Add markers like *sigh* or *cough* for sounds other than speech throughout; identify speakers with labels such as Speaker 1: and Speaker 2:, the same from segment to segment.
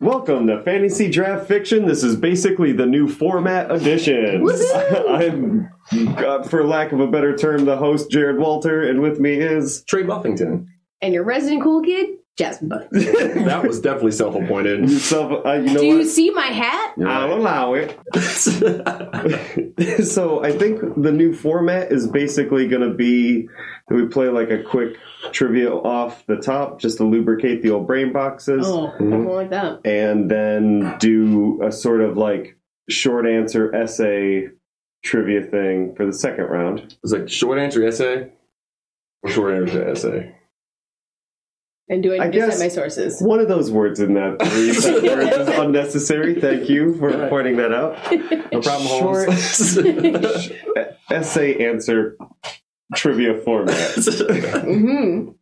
Speaker 1: Welcome to Fantasy Draft Fiction. This is basically the new format edition. *laughs* I'm, uh, for lack of a better term, the host, Jared Walter, and with me is.
Speaker 2: Trey Buffington.
Speaker 3: And your resident cool kid, Jasmine Buck.
Speaker 2: That was definitely self
Speaker 3: *laughs*
Speaker 2: appointed.
Speaker 1: yourself. Uh, you know
Speaker 3: Do you
Speaker 1: what?
Speaker 3: see my hat?
Speaker 1: I'll allow it. *laughs* so I think the new format is basically going to be that we play like a quick trivia off the top just to lubricate the old brain boxes.
Speaker 3: Oh, something like that.
Speaker 1: and then do a sort of like short answer essay trivia thing for the second round.
Speaker 2: *laughs* It's like short answer essay or short answer essay.
Speaker 3: And do I
Speaker 1: I
Speaker 3: need to
Speaker 1: guess-
Speaker 3: cite my sources?
Speaker 1: One of those words in that three set words is unnecessary. Thank you for pointing that out.
Speaker 2: No problem, Holmes.
Speaker 1: Essay answer trivia format.
Speaker 3: Mm-hmm.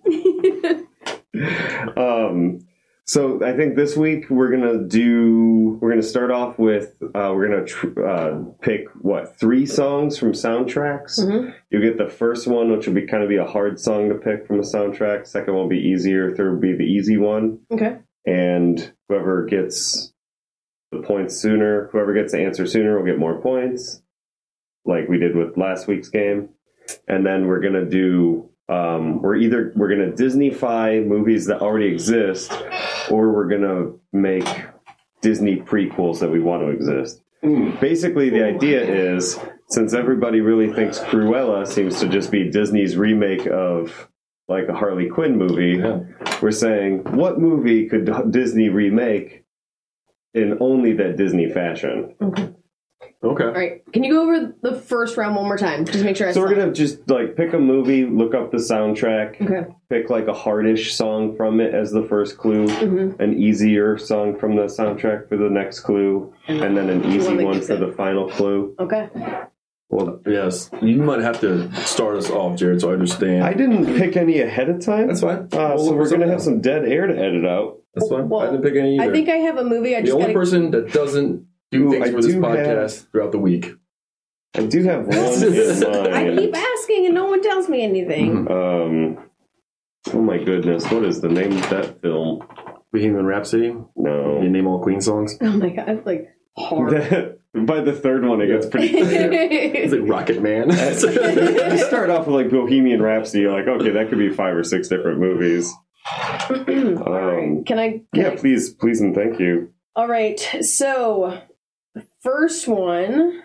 Speaker 1: Um, so I think this week we're gonna do. We're gonna start off with. Uh, we're gonna tr- uh, pick what three songs from soundtracks.
Speaker 2: Mm-hmm.
Speaker 3: Mhm.
Speaker 1: You get the first one, which will be kind of be a hard song to pick from a soundtrack. Second one will be easier. Third will be the easy one,
Speaker 3: Okay.
Speaker 1: and whoever gets the points sooner, whoever gets the answer sooner, will get more points, like we did with last week's game. And then we're gonna do. Um, we're either we're gonna Disneyfy movies that already exist, or we're gonna make Disney prequels that we want to exist. Basically, the idea is since everybody really thinks Cruella seems to just be Disney's remake of like a Harley Quinn movie,
Speaker 2: *laughs* Yeah.
Speaker 1: we're saying what movie could Disney remake in only that Disney fashion?
Speaker 3: All
Speaker 2: Okay.
Speaker 3: right. Can you go over the first round one more time? Just make sure I
Speaker 1: So we're
Speaker 3: saw it.
Speaker 1: gonna just like pick a movie, look up the soundtrack,
Speaker 3: Okay.
Speaker 1: pick like a hardish song from it as the first clue,
Speaker 3: Mm-hmm.
Speaker 1: an easier song from the soundtrack for the next clue, and then an
Speaker 3: one
Speaker 1: easy
Speaker 3: that
Speaker 1: one
Speaker 3: gets
Speaker 1: for
Speaker 3: it.
Speaker 1: the final clue.
Speaker 3: Okay.
Speaker 1: Well,
Speaker 2: Yes. You might have to start us off, Jared, so I understand.
Speaker 1: I didn't pick any ahead of time.
Speaker 2: That's fine.
Speaker 1: Uh,
Speaker 2: We'll
Speaker 1: so
Speaker 2: look
Speaker 1: we're gonna
Speaker 2: something
Speaker 1: have
Speaker 2: up.
Speaker 1: some dead air to edit out.
Speaker 2: That's fine.
Speaker 3: Well,
Speaker 2: I didn't pick any either.
Speaker 3: I think I have a movie. I
Speaker 2: the
Speaker 3: just
Speaker 2: only
Speaker 3: gotta.
Speaker 2: person that doesn't do
Speaker 1: Ooh,
Speaker 2: things
Speaker 1: I
Speaker 2: for this
Speaker 1: do
Speaker 2: podcast throughout the week.
Speaker 1: I do have one in
Speaker 2: *laughs*
Speaker 3: I
Speaker 1: mind.
Speaker 3: keep asking and no one tells me anything.
Speaker 1: Um, oh my goodness, what is the name of that film?
Speaker 2: Bohemian Rhapsody. You
Speaker 1: No.
Speaker 2: name all Queen songs.
Speaker 3: Oh my god, it's like *laughs* hard.
Speaker 1: *laughs* By the third one, it gets pretty. *laughs*
Speaker 2: It's like Rocket
Speaker 3: *laughs*
Speaker 2: Man.
Speaker 1: you start off with like Bohemian Rhapsody. You're like, okay, that could be five or six different
Speaker 3: *clears throat*
Speaker 1: movies. Um,
Speaker 3: Can I? Can
Speaker 1: yeah,
Speaker 3: I-
Speaker 1: please, please, and thank you.
Speaker 3: All right. So, first one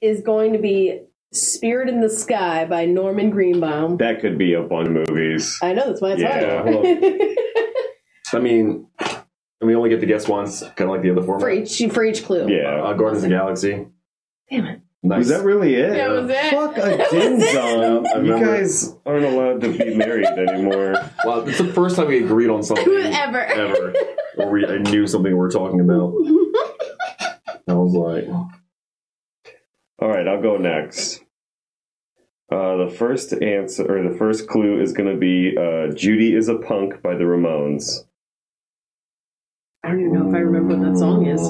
Speaker 3: is going to be Spirit in the Sky by Norman Greenbaum.
Speaker 1: That could be a bunch of movies.
Speaker 3: I know that's why it's
Speaker 1: Yeah,
Speaker 3: hard.
Speaker 2: I mean, and we only get to guess once, kind of like the other
Speaker 3: *laughs*
Speaker 2: format.
Speaker 3: for each for each clue.
Speaker 1: Yeah.
Speaker 2: Uh, Guardians of the Galaxy.
Speaker 3: Damn it. *laughs*
Speaker 2: Nice.
Speaker 1: Is that really it?
Speaker 3: That was it.
Speaker 1: Fuck
Speaker 3: *laughs* That
Speaker 1: a
Speaker 3: was
Speaker 1: din
Speaker 3: it. *laughs*
Speaker 1: dong.
Speaker 2: I
Speaker 1: You
Speaker 2: remember-
Speaker 1: guys aren't allowed to be married anymore.
Speaker 2: Wow, it's the first time we agreed on something
Speaker 3: Whoever.
Speaker 2: ever. Or we, I knew something we were talking
Speaker 3: *laughs*
Speaker 2: about. I was like,
Speaker 1: All right, I'll go next. Uh, the first answer or the first clue is going to be uh, "Judy is a Punk" by the Ramones.
Speaker 3: I don't even know if I remember what that song is.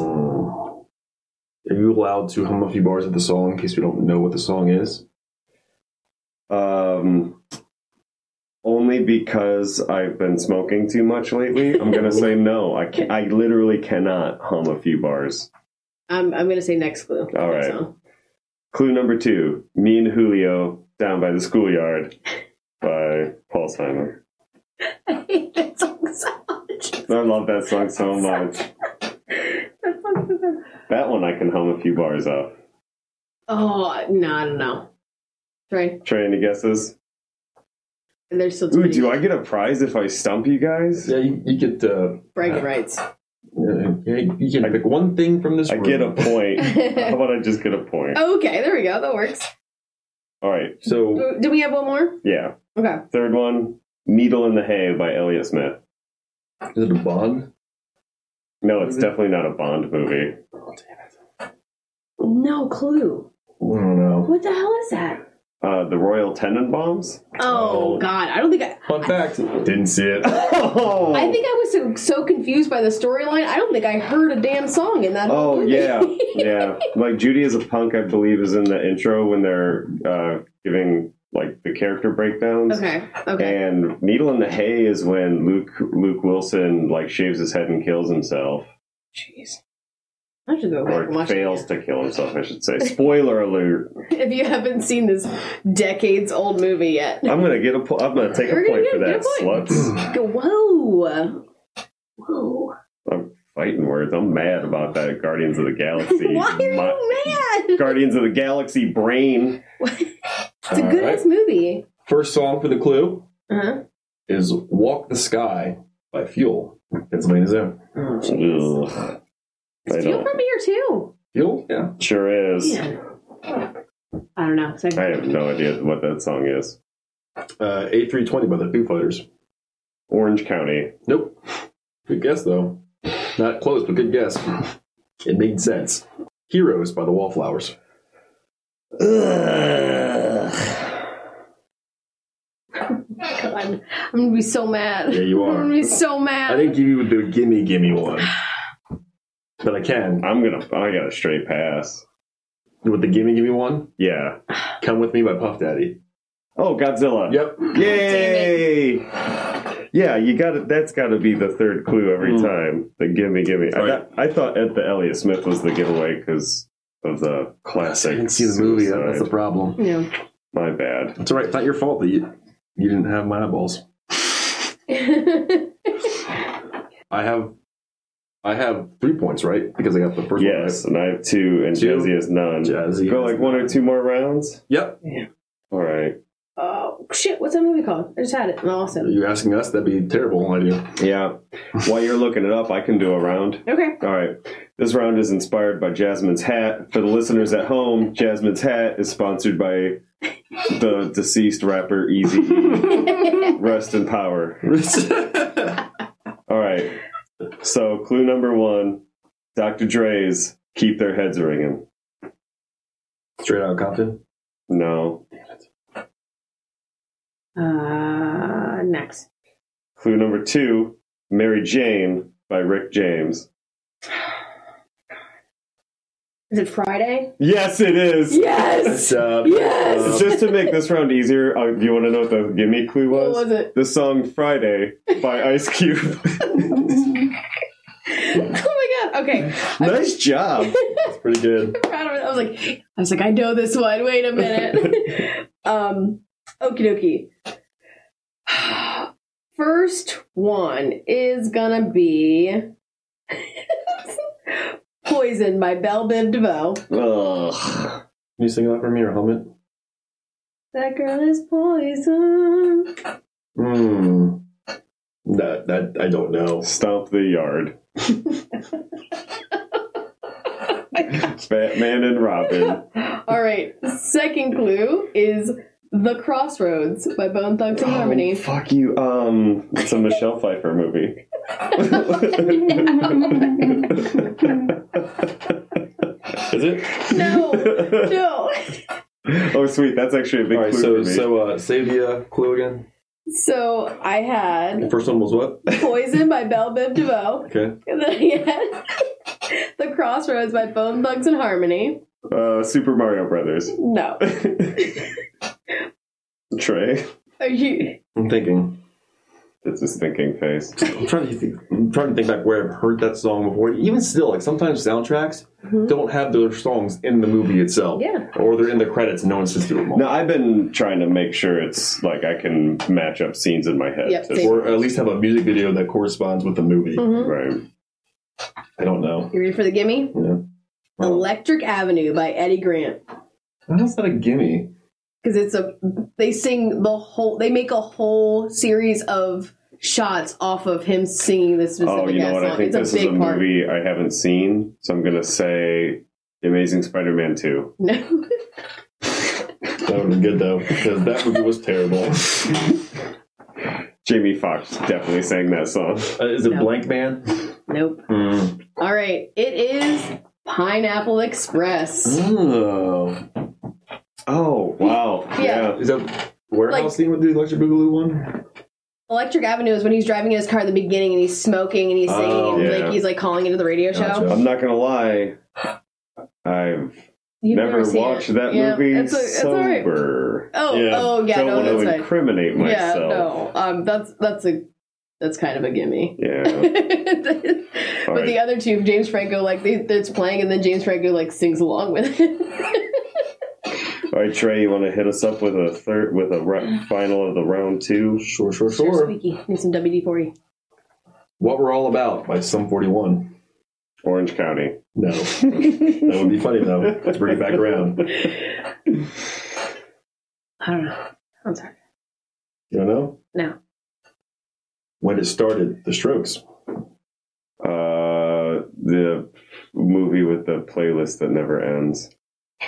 Speaker 2: Are you allowed to hum a few bars of the song in case we don't know what the song is?
Speaker 1: Um, only because I've been smoking too much lately. I'm going to say no. I can I literally cannot hum a few bars.
Speaker 3: I'm I'm gonna say next clue.
Speaker 1: All right.
Speaker 3: So,
Speaker 1: Clue number two: "Me and Julio Down by the Schoolyard" by Paul Simon.
Speaker 3: I hate *laughs* that song so much.
Speaker 1: I love that song so much.
Speaker 3: That song is so-
Speaker 1: That one I can hum a few bars of.
Speaker 3: Oh no, I don't know. Right.
Speaker 1: Trey, any guesses?
Speaker 3: And there's still too
Speaker 1: Ooh,
Speaker 3: many
Speaker 1: do I get a prize if I stump you guys?
Speaker 2: Yeah, you, you get uh,
Speaker 3: bragging
Speaker 1: *laughs*
Speaker 3: rights.
Speaker 2: yeah, you can pick one thing from this.
Speaker 1: I
Speaker 2: room.
Speaker 1: get a
Speaker 3: *laughs*
Speaker 1: point. How about I just get a point?
Speaker 3: Okay, there we go. That works.
Speaker 1: All right.
Speaker 2: So
Speaker 3: Do we have one more?
Speaker 1: Yeah.
Speaker 3: Okay.
Speaker 1: Third one, Needle in the Hay by Elliot Smith.
Speaker 2: is it a bond?
Speaker 1: No, it's definitely not a Bond movie.
Speaker 3: No clue.
Speaker 2: I don't know.
Speaker 3: What the hell is that?
Speaker 1: Uh, the Royal Tenenbaums?
Speaker 3: Oh,
Speaker 2: Oh.
Speaker 3: God, I don't think I.
Speaker 2: Fun fact: didn't see it.
Speaker 1: Oh,
Speaker 3: I think I was so, so confused by the storyline. I don't think I heard a damn song in that. whole
Speaker 1: oh
Speaker 3: movie. *laughs*
Speaker 1: yeah, yeah. Like Judy is a punk, I believe, is in the intro when they're uh, giving like the character breakdowns.
Speaker 3: Okay. Okay.
Speaker 1: And Needle in the Hay is when Luke Luke Wilson like shaves his head and kills himself,
Speaker 3: Jeez. I should go back and
Speaker 1: or
Speaker 3: watch it
Speaker 1: fails to kill himself, I should say. Spoiler alert!
Speaker 3: *laughs* if you haven't seen this decades old movie yet.
Speaker 1: I'm gonna get a. Po- I'm gonna take
Speaker 3: You're
Speaker 1: a
Speaker 3: gonna
Speaker 1: point
Speaker 3: get-
Speaker 1: for
Speaker 3: get
Speaker 1: that.
Speaker 3: a
Speaker 2: *clears throat*
Speaker 3: point.
Speaker 1: Sluts.
Speaker 3: *laughs* Go, whoa. Whoa.
Speaker 1: I'm fighting words. I'm mad about that Guardians of the Galaxy.
Speaker 3: *laughs* Why are
Speaker 1: My-
Speaker 3: you mad?
Speaker 1: Guardians of the Galaxy brain.
Speaker 3: It's a good ass movie.
Speaker 2: First song for the clue
Speaker 3: Uh-huh.
Speaker 2: is Walk the Sky by Fuel. Pennsylvania Zoo.
Speaker 1: Ugh. I
Speaker 3: It's Fuel
Speaker 1: don't.
Speaker 3: from here too.
Speaker 2: Fuel? Yeah.
Speaker 1: Sure is.
Speaker 3: Man. I don't know. So-
Speaker 1: I have no idea what that song is.
Speaker 2: Uh, A320 by the Foo Fighters.
Speaker 1: Orange County.
Speaker 2: Nope. Good guess, though. Not close, but good guess. It made sense. Heroes by the Wallflowers.
Speaker 3: God, I'm gonna be so mad.
Speaker 2: Yeah, you
Speaker 3: I'm *laughs*
Speaker 2: are.
Speaker 3: gonna be so
Speaker 2: I
Speaker 3: mad.
Speaker 2: didn't give you the gimme, gimme one. But I can.
Speaker 1: I'm gonna. I got a straight pass.
Speaker 2: With the gimme, gimme one,
Speaker 1: Yeah.
Speaker 2: Come With Me by Puff Daddy.
Speaker 1: Oh, Godzilla.
Speaker 2: Yep.
Speaker 1: Yay! Yeah, you got it. That's got to be the third clue every
Speaker 2: Mm.
Speaker 1: time. The gimme, gimme. I,
Speaker 2: Right.
Speaker 1: thought, I thought Ed the Elliott Smith was the giveaway because of the classic.
Speaker 2: I didn't see the movie.
Speaker 1: suicide.
Speaker 2: That's the problem.
Speaker 3: No.
Speaker 1: My bad.
Speaker 2: It's all right. It's not your fault that you, you didn't have my eyeballs. I have I have three points, right? Because I got the first
Speaker 1: Yes, and I have two, and
Speaker 2: Two.
Speaker 1: Jazzy has none.
Speaker 2: one. Right? Jazzy.
Speaker 1: Go like one or two more rounds.
Speaker 2: Yep.
Speaker 1: All right.
Speaker 3: *laughs* oh shit! What's that movie called? I just had it. Awesome.
Speaker 2: You're asking us? That'd be terrible idea.
Speaker 1: Yeah. While you're looking it up, I can do a round.
Speaker 3: Okay. *laughs*
Speaker 1: All right. This round is inspired by Jasmine's hat. For the listeners at home, Jasmine's hat is sponsored by the deceased rapper Easy. Rest in
Speaker 2: *laughs*
Speaker 1: power. All right. So, clue number one Dr. Dre's Keep Their Heads Ringing.
Speaker 2: Straight out of Compton.
Speaker 1: No.
Speaker 3: Uh, next.
Speaker 1: Clue number two Mary Jane by Rick James.
Speaker 3: Is it Friday?
Speaker 1: Yes, it is.
Speaker 3: Yes.
Speaker 2: up? uh,
Speaker 3: Yes.
Speaker 1: Just to make this round easier, uh, do you want to know what the gimme clue
Speaker 3: What
Speaker 1: was?
Speaker 3: was it? *laughs*
Speaker 1: The song Friday by Ice Cube.
Speaker 3: Oh my god. Okay.
Speaker 1: nice job.
Speaker 2: That's pretty good.
Speaker 3: proud of it. I was like, I was like, I know this one. Wait
Speaker 1: *laughs*
Speaker 3: a minute. um, okie dokie. *sighs* First one is gonna be *laughs* Poison by Belle Biv DeVoe.
Speaker 1: Ugh.
Speaker 2: Can you sing that for me or hum it?
Speaker 3: That girl is poison.
Speaker 2: Hmm. That that I don't know.
Speaker 1: Stomp the yard. Batman and Robin.
Speaker 3: All right. Second clue is The Crossroads by Bone Thugs and
Speaker 1: Oh,
Speaker 3: *laughs* Harmony.
Speaker 1: fuck you. Um, it's a Michelle Pfeiffer movie.
Speaker 3: *laughs*
Speaker 2: Is it?
Speaker 3: No, no.
Speaker 1: oh, sweet. That's actually a big
Speaker 2: All right.
Speaker 1: clue
Speaker 2: So
Speaker 1: for me.
Speaker 2: so uh, say the uh, clue again.
Speaker 3: So I
Speaker 2: The
Speaker 3: had
Speaker 2: first one was what?
Speaker 3: Poison by Belle Biv DeVoe.
Speaker 2: Okay.
Speaker 3: And then he had The Crossroads by Bone Thugs and Harmony.
Speaker 1: uh, Super Mario Brothers.
Speaker 3: No.
Speaker 1: Trey.
Speaker 3: Are you
Speaker 2: I'm thinking.
Speaker 1: That's his thinking face.
Speaker 2: I'm trying to think. I'm trying to think back where I've heard that song before. Even still, like sometimes soundtracks don't have their songs in the movie itself.
Speaker 3: Yeah.
Speaker 2: Or they're in the credits. and No one sits through them. all.
Speaker 1: No, I've been trying to make sure it's like I can match up scenes in my head.
Speaker 3: Yep,
Speaker 1: to-
Speaker 3: same.
Speaker 2: Or at least have a music video that corresponds with the movie.
Speaker 1: Right.
Speaker 2: I don't know.
Speaker 3: mm-hmm. you ready for the gimme?
Speaker 2: Yeah.
Speaker 3: Electric Avenue by Eddie Grant.
Speaker 2: How's that a gimme?
Speaker 3: Because it's a they sing the whole they make a whole series of shots off of him singing this specific
Speaker 1: Oh, you know
Speaker 3: ass
Speaker 1: what? I
Speaker 3: song.
Speaker 1: think
Speaker 3: it's a
Speaker 1: this is
Speaker 3: big
Speaker 1: a
Speaker 3: part.
Speaker 1: movie I haven't seen, so I'm gonna say The Amazing Spider-Man Two.
Speaker 3: *laughs* No.
Speaker 2: That would be good though, because that movie was *laughs* terrible. Uh,
Speaker 1: Jamie Foxx definitely sang that song.
Speaker 2: Uh, is it
Speaker 3: No.
Speaker 2: Blank Man?
Speaker 3: nope.
Speaker 2: Mm.
Speaker 3: Alright, it is Pineapple Express.
Speaker 2: Oh.
Speaker 1: Oh wow!
Speaker 3: Yeah.
Speaker 2: Is that warehouse
Speaker 3: Like-
Speaker 2: scene with the Electric Boogaloo one?
Speaker 3: Electric Avenue is when he's driving in his car at the beginning and he's smoking and he's singing
Speaker 2: Oh,
Speaker 3: and
Speaker 1: yeah.
Speaker 3: like he's like calling into the radio show.
Speaker 2: Gotcha.
Speaker 1: I'm not gonna lie. I've
Speaker 3: You've
Speaker 1: never,
Speaker 3: seen
Speaker 1: watched
Speaker 3: it.
Speaker 1: that
Speaker 3: Yeah,
Speaker 1: movie
Speaker 3: it's, a- it's all right.
Speaker 1: sober.
Speaker 3: Oh,
Speaker 2: Yeah.
Speaker 3: oh, yeah,
Speaker 1: Don't
Speaker 3: no,
Speaker 1: want
Speaker 3: that's
Speaker 1: to
Speaker 3: right.
Speaker 1: incriminate myself.
Speaker 3: Yeah, no, um, that's that's a that's kind of a gimme. *laughs*
Speaker 1: Yeah.
Speaker 3: but
Speaker 1: Alright.
Speaker 3: the other two, James Franco, like they, it's playing, and then James Franco like sings along with it. *laughs*
Speaker 1: All right, Trey, you want to hit us up with a third, with a ra- final of the round two?
Speaker 2: Sure, sure,
Speaker 3: Sure,
Speaker 2: sure.
Speaker 3: squeaky. Need some WD forty.
Speaker 2: What We're All About by Sum 41.
Speaker 1: Orange County.
Speaker 3: *laughs*
Speaker 2: No. that would be funny, though. Let's bring it back around.
Speaker 3: I don't know. I'm sorry.
Speaker 2: You don't know?
Speaker 3: No.
Speaker 2: When it started, The Strokes.
Speaker 1: Uh, the movie with the playlist that never ends.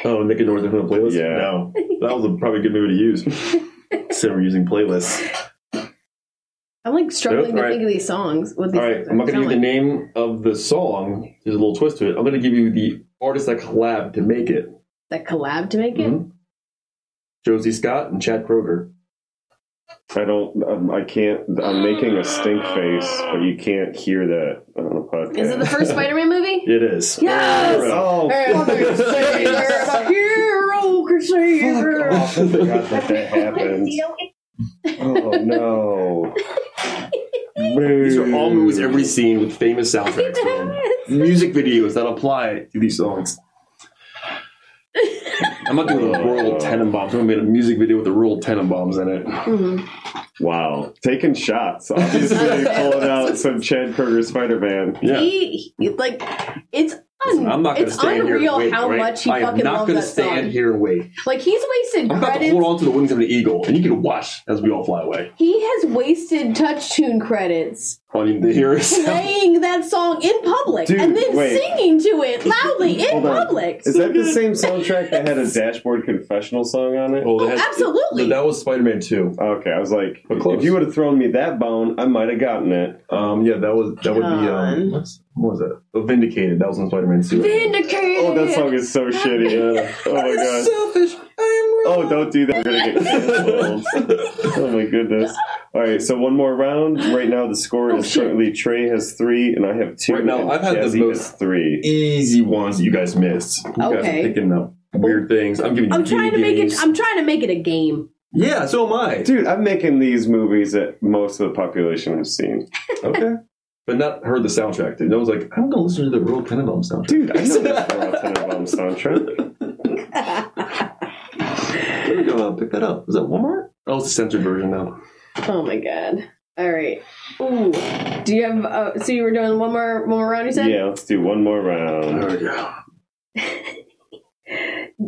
Speaker 2: Oh, Nick and Northern from the playlist?
Speaker 1: Yeah.
Speaker 2: No. That was a probably good movie
Speaker 3: *laughs*
Speaker 2: to use. Instead of using playlists.
Speaker 3: I'm like struggling to
Speaker 2: Alright.
Speaker 3: think of these songs. What these
Speaker 2: All right,
Speaker 3: songs
Speaker 2: I'm not going to
Speaker 3: sound
Speaker 2: give you the
Speaker 3: like.
Speaker 2: name of the song. There's a little twist to it. I'm going to give you the artist that collabed to make it.
Speaker 3: that collab to make it.
Speaker 1: Mm-hmm.
Speaker 2: Mhm. Josie Scott and Chad Kroger.
Speaker 1: I don't. Um, I can't. I'm making a stink face, but you can't hear that on a podcast.
Speaker 3: Is
Speaker 1: *laughs*
Speaker 3: it the first Spider-Man movie?
Speaker 2: It is.
Speaker 3: Yes!
Speaker 1: Oh,
Speaker 3: Hey, I'm a crusader, I'm a hero crusader.
Speaker 1: I forgot that that happened. Oh
Speaker 3: *laughs*
Speaker 1: no!
Speaker 2: These are all movies every scene with famous soundtracks. man. Music videos that apply to these songs. I'm not doing
Speaker 3: *laughs*
Speaker 2: the Royal Tenenbaums. Someone made a music video with the Royal Tenenbaums in it.
Speaker 3: Mhm.
Speaker 1: Wow, taking *laughs* shots. Obviously, pulling out some Chad Kroger Spider Man.
Speaker 2: Yeah.
Speaker 3: He, he- like it's un-
Speaker 2: I'm not going to
Speaker 3: it's
Speaker 2: stand here
Speaker 3: unreal
Speaker 2: and wait.
Speaker 3: how
Speaker 2: right?
Speaker 3: much he
Speaker 2: I am
Speaker 3: fucking
Speaker 2: not
Speaker 3: loves
Speaker 2: gonna
Speaker 3: that
Speaker 2: stand
Speaker 3: song.
Speaker 2: here and wait.
Speaker 3: Like he's wasted
Speaker 2: I'm about to hold
Speaker 3: credits.
Speaker 2: on to the wings of an eagle, and you can watch as we all fly away.
Speaker 3: He has wasted touch tune credits
Speaker 2: Hunting the heroes. *laughs*
Speaker 3: playing that song in public
Speaker 1: Dude,
Speaker 3: and then
Speaker 1: wait.
Speaker 3: singing to it loudly in
Speaker 1: Hold on.
Speaker 3: public.
Speaker 1: Is that the same soundtrack that had a Dashboard Confessional song on it?
Speaker 2: that
Speaker 3: Oh, absolutely.
Speaker 2: that was Spider Man 2.
Speaker 1: Okay, I was like,
Speaker 2: But close.
Speaker 1: if you would have thrown me that bone, I might have gotten it.
Speaker 2: Um, yeah, that was that would be
Speaker 3: John.
Speaker 2: um, what's, what was that? Oh, Vindicated. That was in Spider Man 2.
Speaker 3: Vindicated.
Speaker 1: Oh, that song is so
Speaker 3: *laughs*
Speaker 1: shitty.
Speaker 2: Yeah.
Speaker 1: Oh my god.
Speaker 2: Selfish. I
Speaker 1: Oh, don't do that. We're gonna get canceled. *laughs*
Speaker 2: *laughs*
Speaker 1: oh my goodness. All right, so one more round. Right now, the score
Speaker 3: Oh,
Speaker 1: is
Speaker 3: shit.
Speaker 1: currently Trey has three, and I have two.
Speaker 2: Right now,
Speaker 1: and
Speaker 2: I've had the
Speaker 1: Jazzy
Speaker 2: most-
Speaker 1: has three.
Speaker 2: Easy ones that you guys missed. You guys
Speaker 3: Okay.
Speaker 2: are picking up weird things. I'm giving you
Speaker 3: I'm trying to
Speaker 2: video
Speaker 3: make it.
Speaker 2: games.
Speaker 3: I'm trying to make it a game.
Speaker 2: yeah, so am I.
Speaker 1: Dude, I'm making these movies that most of the population has seen.
Speaker 2: Okay. But not heard the soundtrack. Dude. I was like, I'm gonna listen to the Royal Tenenbaum soundtrack.
Speaker 1: Dude, I know
Speaker 2: *laughs*
Speaker 1: this Royal Tenenbaums
Speaker 3: *laughs*
Speaker 1: soundtrack.
Speaker 2: Where we go? Uh, pick that up. Is that Walmart? Oh, it's a censored version now.
Speaker 3: Oh my god. All right. Ooh. Do you have? Uh, so you were doing one more one more round. You said
Speaker 1: Yeah, let's do one more
Speaker 2: There
Speaker 1: round.
Speaker 2: we go.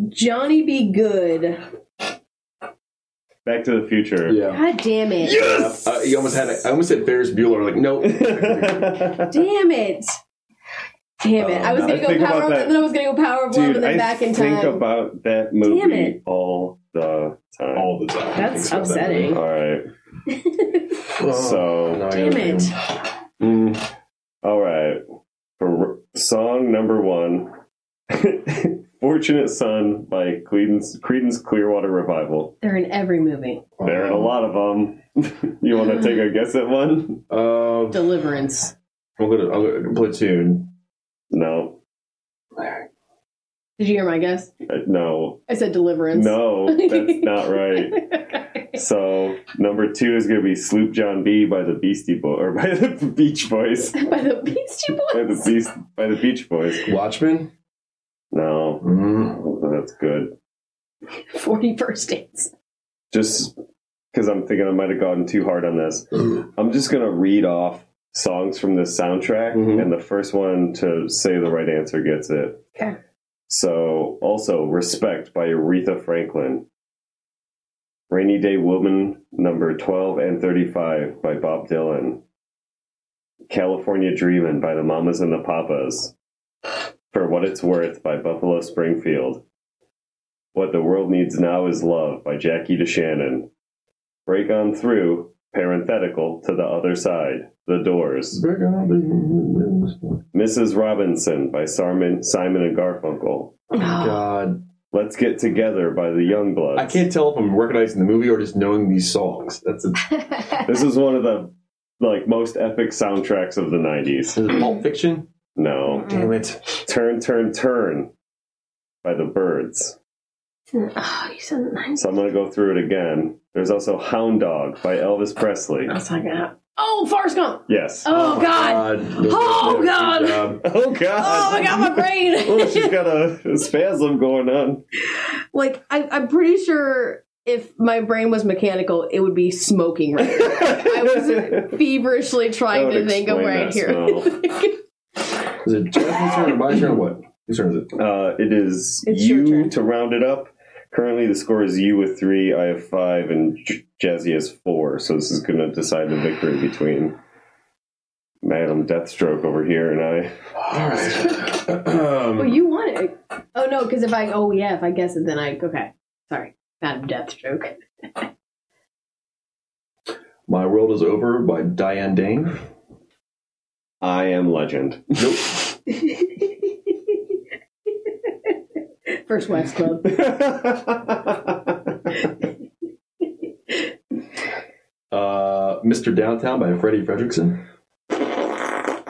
Speaker 3: Johnny Be Good.
Speaker 1: Back to the Future. *laughs*
Speaker 2: Yeah.
Speaker 3: God damn it.
Speaker 1: Yes.
Speaker 2: Uh, you almost had it. I almost said Ferris Bueller.
Speaker 3: *laughs*
Speaker 2: Like, nope.
Speaker 3: Damn it. Damn it. I was
Speaker 1: Uh,
Speaker 3: gonna
Speaker 1: I
Speaker 3: go
Speaker 1: think
Speaker 3: power
Speaker 1: about
Speaker 3: up
Speaker 1: that.
Speaker 3: and then I was gonna go power up and
Speaker 1: Dude,
Speaker 3: then
Speaker 1: I
Speaker 3: back in
Speaker 1: think
Speaker 3: time.
Speaker 1: about that
Speaker 3: Damn
Speaker 1: movie
Speaker 3: it.
Speaker 1: all the time.
Speaker 2: all the time.
Speaker 3: That's
Speaker 2: Thanks about that.
Speaker 3: upsetting.
Speaker 1: all right, so.
Speaker 2: Now I gotta
Speaker 3: Damn it.
Speaker 2: think. Mm,
Speaker 1: All right. For song number one, *laughs* "Fortunate Son" by Creedence, Creedence Clearwater Revival.
Speaker 3: They're in every movie.
Speaker 1: There are
Speaker 2: Um,
Speaker 1: a lot of them. *laughs* you want to take a guess at one?
Speaker 2: Uh,
Speaker 3: Deliverance.
Speaker 2: I'm gonna, I'm gonna platoon.
Speaker 1: No,
Speaker 3: Did you hear my guess?
Speaker 1: Uh, no,
Speaker 3: I said deliverance. *laughs*
Speaker 1: no. That's not right. So number two is going to be "Sloop John B" by the Beastie Boy or by the *laughs* Beach Boys.
Speaker 3: By the Beastie
Speaker 1: By the
Speaker 3: Boys. *laughs*
Speaker 1: Beast, by the Beach Boys.
Speaker 2: Watchmen.
Speaker 1: No,
Speaker 3: Mm-hmm.
Speaker 2: Mm.
Speaker 1: that's good.
Speaker 3: Forty first dates.
Speaker 1: Just because I'm thinking I might have gotten too hard on this. I'm just gonna read off songs from this soundtrack,
Speaker 2: Mhm.
Speaker 1: and the first one to say the right answer gets it.
Speaker 3: Okay.
Speaker 1: So, also "Respect" by Aretha Franklin, "Rainy Day Woman" number twelve and thirty-five by Bob Dylan, "California Dreamin'" by the Mamas and the Papas, "For What It's Worth" by Buffalo Springfield, "What the World Needs Now Is Love" by Jackie DeShannon. Break on through, parenthetical, to the other side, the doors.
Speaker 2: Oh.
Speaker 1: Mrs. Robinson by Simon, Simon and Garfunkel.
Speaker 3: Oh.
Speaker 2: God,
Speaker 1: Let's Get Together by the Youngbloods.
Speaker 2: I can't tell if I'm recognizing the movie or just knowing these songs. That's a,
Speaker 1: This is one of the like most epic soundtracks of the 90s.
Speaker 2: is it Pulp Fiction.
Speaker 1: No.
Speaker 2: Damn it.
Speaker 1: Turn, Turn, Turn by the birds.
Speaker 3: *laughs* Oh, you said nine.
Speaker 1: So I'm going to go through it again. There's also Hound Dog by Elvis Presley.
Speaker 3: I was like, ah. oh, Forrest Gump.
Speaker 1: Yes.
Speaker 3: Oh, God. Oh,
Speaker 2: Good
Speaker 3: God.
Speaker 2: job.
Speaker 1: *laughs* Oh, God.
Speaker 3: Oh my God, my
Speaker 1: *laughs* oh, she's
Speaker 3: brain.
Speaker 1: got a spasm going on.
Speaker 3: *laughs* like I, I'm pretty sure if my brain was mechanical, it would be smoking right. now. I
Speaker 1: *laughs*
Speaker 3: *laughs* was feverishly trying
Speaker 1: That would
Speaker 3: to think of
Speaker 1: explain
Speaker 3: where I'd
Speaker 1: that
Speaker 3: hear it. *laughs*
Speaker 2: Is it Jasmine's turn or my turn or what? Whose turn is it?
Speaker 1: Uh, it is
Speaker 3: It's your
Speaker 1: you
Speaker 3: turn.
Speaker 1: to round it up. Currently, the score is you with three, I have five, and J- Jazzy has four. So this is going to decide the victory between Madam Deathstroke over here and I.
Speaker 2: All right.
Speaker 3: well,
Speaker 2: Um,
Speaker 3: you want it. Oh no, because if I oh yeah, if I guess it, then I okay. Sorry, not a death stroke.
Speaker 2: my world is over by Diane Dane.
Speaker 1: I am legend. *laughs*
Speaker 2: Nope.
Speaker 3: First West Club.
Speaker 2: Uh, Mr. Downtown by Freddie Fredrickson.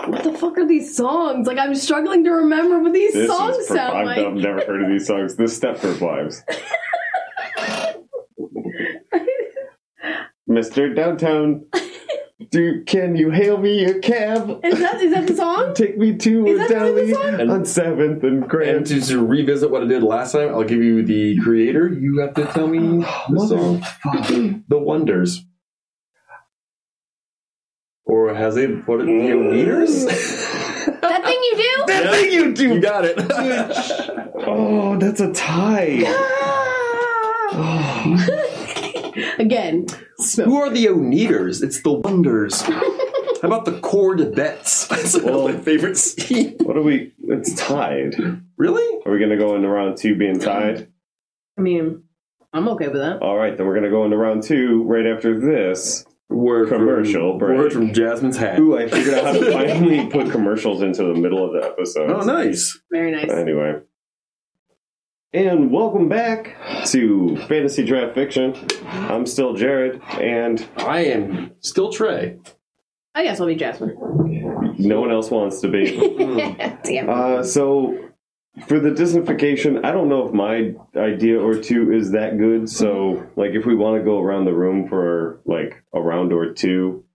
Speaker 3: What the fuck are these songs? Like I'm struggling to remember what these
Speaker 1: This
Speaker 3: songs
Speaker 1: is pro-
Speaker 3: sound
Speaker 1: I've,
Speaker 3: like.
Speaker 1: I've never heard of these songs. This Stepford
Speaker 3: *laughs*
Speaker 1: Wives. Mr. Downtown, do, can you hail me a cab?
Speaker 3: Is that is that the song?
Speaker 1: Take me to
Speaker 3: Is
Speaker 1: a
Speaker 3: that really
Speaker 1: deli
Speaker 3: the song?
Speaker 1: on 7th and
Speaker 2: And
Speaker 1: Grand.
Speaker 2: to, to revisit what I did last time, I'll give you the creator. You have to tell me the song. *clears throat* the Wonders. Or has they put it the leaders?
Speaker 3: *laughs* That thing you do?
Speaker 1: That thing you do!
Speaker 2: you got it.
Speaker 1: Oh, that's a
Speaker 3: *laughs*
Speaker 1: tie. Oh.
Speaker 3: *laughs* Again,
Speaker 2: Who are the Oneaters? It's the Wonders. How about the Cordettes? *laughs* That's
Speaker 1: Well-
Speaker 2: one of my favorite scene.
Speaker 1: What are we? It's tied. Are
Speaker 2: Really?
Speaker 1: we going to go into round two being tied?
Speaker 3: I mean, I'm okay with that.
Speaker 1: All right, then we're going to go into round two right after this.
Speaker 2: Word
Speaker 1: Commercial
Speaker 2: from,
Speaker 1: break.
Speaker 2: Word from Jasmine's hat.
Speaker 1: Ooh, I figured out how
Speaker 3: *laughs*
Speaker 1: to finally put commercials into the middle of the episode.
Speaker 2: Oh, nice.
Speaker 3: Very nice.
Speaker 1: Anyway. And welcome back to Fantasy Draft Fiction. I'm still Jared, and
Speaker 2: I am still Trey.
Speaker 3: I guess I'll be Jasmine.
Speaker 1: no one else wants to be.
Speaker 3: *laughs* Damn.
Speaker 1: Uh, so, for the disinfication, I don't know if my idea or two is that good. So, like, if we want to go around the room for like a round or two,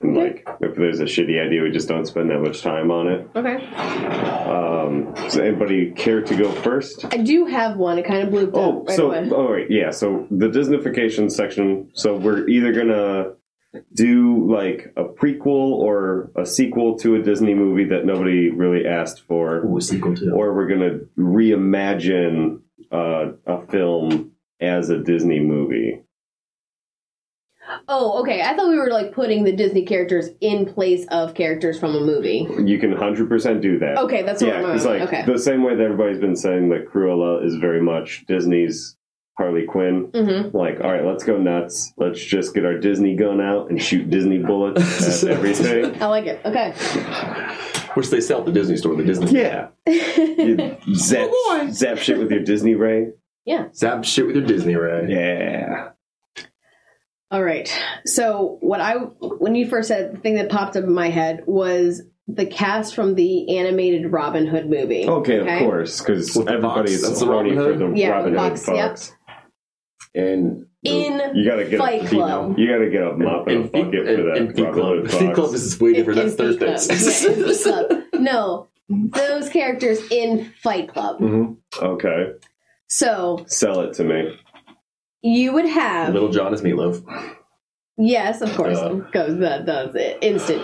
Speaker 1: and like if there's a shitty idea, we just don't spend that much time on it.
Speaker 3: Okay.
Speaker 1: Um, does anybody care to go first?
Speaker 3: I do have one. It kind of blew up
Speaker 1: Oh,
Speaker 3: right
Speaker 1: so
Speaker 3: away.
Speaker 1: all right, yeah. So the Disneyfication section. So we're either gonna do like a prequel or a sequel to a Disney movie that nobody really asked for,
Speaker 2: Ooh, a sequel to
Speaker 1: or we're gonna reimagine uh, a film as a Disney movie.
Speaker 3: Oh, okay. I thought we were like putting the Disney characters in place of characters from a movie.
Speaker 1: You can hundred percent do that.
Speaker 3: Okay, that's what
Speaker 1: Yeah,
Speaker 3: I'm
Speaker 1: it's like
Speaker 3: Okay.
Speaker 1: the same way that everybody's been saying that Cruella is very much Disney's Harley Quinn.
Speaker 3: mm-hmm.
Speaker 1: like, all right, let's go nuts. Let's just get our Disney gun out and shoot Disney
Speaker 3: *laughs*
Speaker 1: bullets at everything.
Speaker 3: I like it. Okay.
Speaker 2: Which they sell at the Disney store, the Disney.
Speaker 3: *laughs*
Speaker 1: Yeah. You zap, zap shit with your Disney ray.
Speaker 2: Zap shit with your Disney, right?
Speaker 1: Yeah.
Speaker 3: All right. So what I when you first said the thing that popped up in my head was the cast from the animated Robin Hood movie.
Speaker 1: Okay,
Speaker 3: Okay.
Speaker 1: of course, because
Speaker 2: With the
Speaker 1: everybody
Speaker 2: fox, that's
Speaker 1: is
Speaker 2: the
Speaker 1: horny
Speaker 2: Robin
Speaker 1: for
Speaker 2: Hood?
Speaker 1: the
Speaker 3: Yeah,
Speaker 1: Robin Hood
Speaker 3: fox, yep.
Speaker 1: fox.
Speaker 2: And
Speaker 3: In
Speaker 1: You gotta get
Speaker 3: Fight
Speaker 1: a,
Speaker 3: Club.
Speaker 1: You gotta get a mop and, a
Speaker 2: Feet-
Speaker 1: bucket for that
Speaker 2: and Feet
Speaker 1: Robin
Speaker 2: Club.
Speaker 1: Hood
Speaker 2: Feet
Speaker 1: fox.
Speaker 2: Club is way different.
Speaker 3: in
Speaker 2: That's
Speaker 3: Fight Club.
Speaker 2: Thursdays.
Speaker 3: Yeah, in Fight Club. No, those characters in Fight Club.
Speaker 2: Mhm.
Speaker 1: Okay,
Speaker 3: So
Speaker 1: sell it to me.
Speaker 3: you would have
Speaker 2: *laughs* Little John is Meatloaf.
Speaker 3: yes, of course,
Speaker 2: Uh.
Speaker 3: goes that does it instant.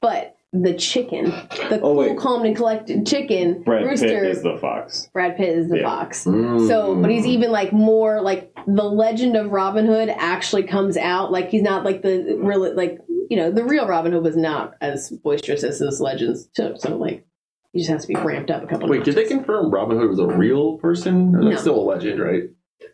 Speaker 3: But the chicken, the
Speaker 1: Oh,
Speaker 3: cool,
Speaker 1: wait.
Speaker 3: calm, and collected chicken,
Speaker 1: Brad
Speaker 3: rooster.
Speaker 1: Pitt is the fox. *laughs*
Speaker 3: Brad Pitt is the
Speaker 1: Yeah.
Speaker 3: fox.
Speaker 2: Mm.
Speaker 3: So, but he's even like more like the legend of Robin Hood actually comes out. Like he's not like the real, like you know, the real Robin Hood was not as boisterous as his legends took. So, like, he just has to be ramped up a couple.
Speaker 2: Wait, did they confirm Robin Hood was a real person? Or
Speaker 3: No.
Speaker 2: That's still a legend, right?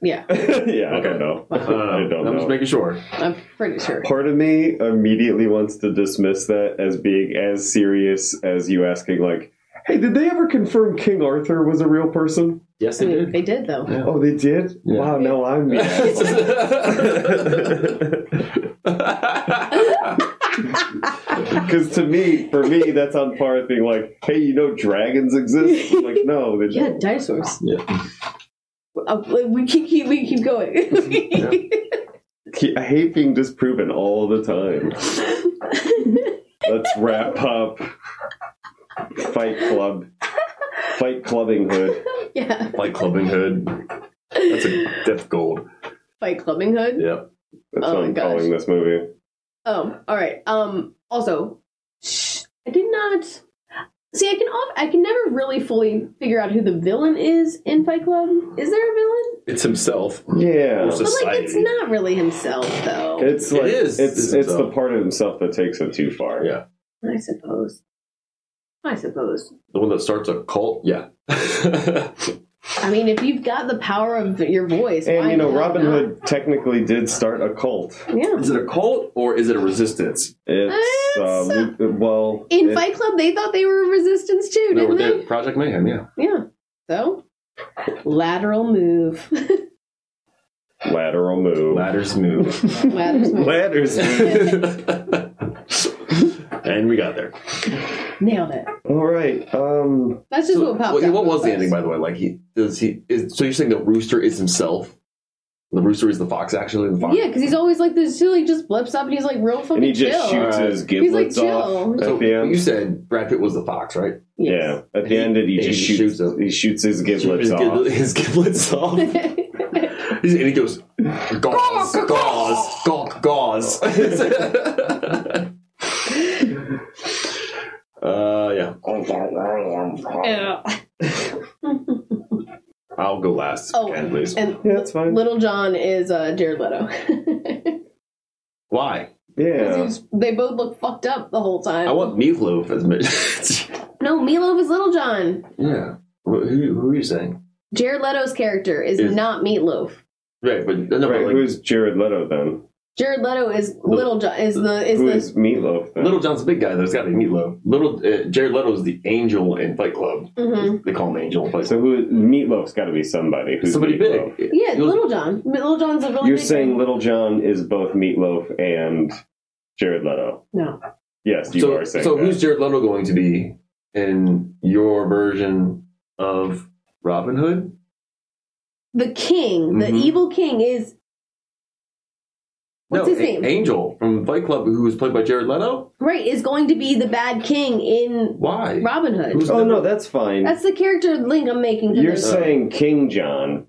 Speaker 3: Yeah,
Speaker 1: yeah, I don't know.
Speaker 2: Uh, I don't know.
Speaker 1: I don't
Speaker 2: I'm
Speaker 1: know.
Speaker 2: just making sure.
Speaker 3: I'm pretty sure.
Speaker 1: Part of me immediately wants to dismiss that as being as serious as you asking, like, hey, did they ever confirm King Arthur was a real person?
Speaker 2: Yes,
Speaker 3: I
Speaker 2: they
Speaker 3: mean, *laughs*
Speaker 2: did. *laughs*
Speaker 3: they did though.
Speaker 2: Yeah.
Speaker 1: Oh, they did?
Speaker 2: Yeah.
Speaker 1: Wow, now I'm the
Speaker 3: *laughs*
Speaker 1: asshole. because to me, for me, that's on par with being like, hey, you know, dragons exist.
Speaker 3: *laughs*
Speaker 1: I'm like, no, they
Speaker 3: Yeah,
Speaker 1: don't.
Speaker 3: dinosaurs.
Speaker 2: Yeah.
Speaker 3: Uh, like, we keep, keep we keep going.
Speaker 1: Ke- I hate being disproven all the
Speaker 3: *laughs*
Speaker 1: time. Let's wrap up. Fight Club. Fight Clubbing Hood.
Speaker 3: *laughs* yeah,
Speaker 2: Like clubbing hood. That's a death gold.
Speaker 3: fight clubbing hood.
Speaker 2: Yeah.
Speaker 1: That's
Speaker 3: Oh
Speaker 1: what
Speaker 3: my
Speaker 1: I'm
Speaker 3: gosh.
Speaker 1: calling this movie.
Speaker 3: Oh, all right. Um. Also, shh, I did not see. I can off. I can never really fully figure out who the villain is in Fight Club. Is there a villain?
Speaker 2: It's himself.
Speaker 1: Yeah.
Speaker 2: It's a-
Speaker 3: But like, it's
Speaker 2: Society.
Speaker 3: not really himself, though.
Speaker 1: It's
Speaker 2: It
Speaker 1: like
Speaker 2: is.
Speaker 1: it's
Speaker 2: It's
Speaker 1: it's,
Speaker 2: himself.
Speaker 1: the part of himself that takes it too far.
Speaker 2: Yeah.
Speaker 3: I suppose. I suppose.
Speaker 2: The one that starts a cult. Yeah. *laughs*
Speaker 3: I mean, if you've got the power of your voice,
Speaker 1: And
Speaker 3: why
Speaker 1: you know,
Speaker 3: not?
Speaker 1: Robin Hood technically did start a cult.
Speaker 3: Yeah.
Speaker 2: is it a cult or is it a resistance?
Speaker 1: It's um, well
Speaker 3: In
Speaker 1: it-
Speaker 3: Fight Club, they thought they were resistance too,
Speaker 2: No,
Speaker 3: didn't
Speaker 2: we're
Speaker 3: they?
Speaker 2: there. Project Mayhem. Yeah.
Speaker 3: Yeah. So, lateral move. *laughs*
Speaker 1: lateral move.
Speaker 2: Ladders move.
Speaker 3: Lateral
Speaker 1: *laughs*
Speaker 3: move.
Speaker 1: Ladders.
Speaker 2: *laughs* and we got there.
Speaker 3: Nailed it.
Speaker 1: All right. Um,
Speaker 3: That's just
Speaker 2: So,
Speaker 3: what popped
Speaker 2: what,
Speaker 3: up.
Speaker 2: what was the
Speaker 3: That's-
Speaker 2: ending, by the way? Like he does he is so you're saying the rooster is himself? The rooster is the fox, actually. The fox.
Speaker 3: Yeah, because he's always like this. He like just blips up and he's like real fucking
Speaker 1: and he just
Speaker 3: chill.
Speaker 1: shoots
Speaker 2: Alright.
Speaker 1: his
Speaker 3: He's like
Speaker 1: giblets
Speaker 3: chill.
Speaker 1: off
Speaker 2: So
Speaker 1: at the
Speaker 2: you
Speaker 1: end.
Speaker 2: said Brad Pitt was the fox, right?
Speaker 1: Yeah. At the
Speaker 2: He-
Speaker 1: end, it, he
Speaker 2: he
Speaker 1: just
Speaker 2: shoots
Speaker 1: shoots.
Speaker 2: them.
Speaker 1: he shoots his giblets
Speaker 2: his,
Speaker 1: off.
Speaker 2: gib- his giblets off.
Speaker 3: *laughs*
Speaker 2: He's- and he goes, gauze, gauze, gawk, gauze. *laughs* uh, yeah,
Speaker 3: Yeah.
Speaker 2: I'll go last.
Speaker 3: Oh,
Speaker 2: Ken, please.
Speaker 3: and
Speaker 1: Yeah, that's fine.
Speaker 3: Little John is uh, Jared Leto. *laughs*
Speaker 2: Why?
Speaker 1: Yeah.
Speaker 3: they both look fucked up the whole time.
Speaker 2: I want meatloaf as much.
Speaker 3: no, Meatloaf is Little John.
Speaker 2: *laughs* yeah. Who, who are you saying?
Speaker 3: Jared Leto's character is
Speaker 2: Is-
Speaker 3: not Meatloaf.
Speaker 2: Right, but no,
Speaker 1: Right,
Speaker 2: but like,
Speaker 1: who's Jared Leto then?
Speaker 3: Jared Leto is Little John. Is the is
Speaker 1: Who
Speaker 3: the
Speaker 1: is Meatloaf then?
Speaker 2: Little John's a big guy. There's got to be meatloaf. Little uh, Jared Leto is the angel in Fight Club.
Speaker 3: Mhm.
Speaker 2: They call him Angel in Fight Club.
Speaker 1: so who? Meatloaf's got to be somebody. Who's
Speaker 2: Somebody
Speaker 1: Meatloaf?
Speaker 2: big.
Speaker 3: yeah
Speaker 2: You'll-
Speaker 3: Little John. Little John's a really
Speaker 1: You're
Speaker 3: big
Speaker 1: saying
Speaker 3: guy.
Speaker 1: Little John is both Meatloaf and Jared Leto.
Speaker 3: no.
Speaker 1: Yes, you
Speaker 2: so,
Speaker 1: are saying
Speaker 2: so
Speaker 1: that.
Speaker 2: who's Jared Leto going to be in your version of Robin Hood?
Speaker 3: The king, the
Speaker 2: Mhm.
Speaker 3: evil king, is What's
Speaker 2: no,
Speaker 3: his
Speaker 2: A-
Speaker 3: name?
Speaker 2: Angel from Fight Club, who was played by Jared Leto.
Speaker 3: right is going to be the bad king in
Speaker 2: Why?
Speaker 3: Robin Hood.
Speaker 2: Who's-
Speaker 1: Oh no, that's fine.
Speaker 3: That's the character link I'm making. to
Speaker 1: You're
Speaker 3: this.
Speaker 1: saying King John,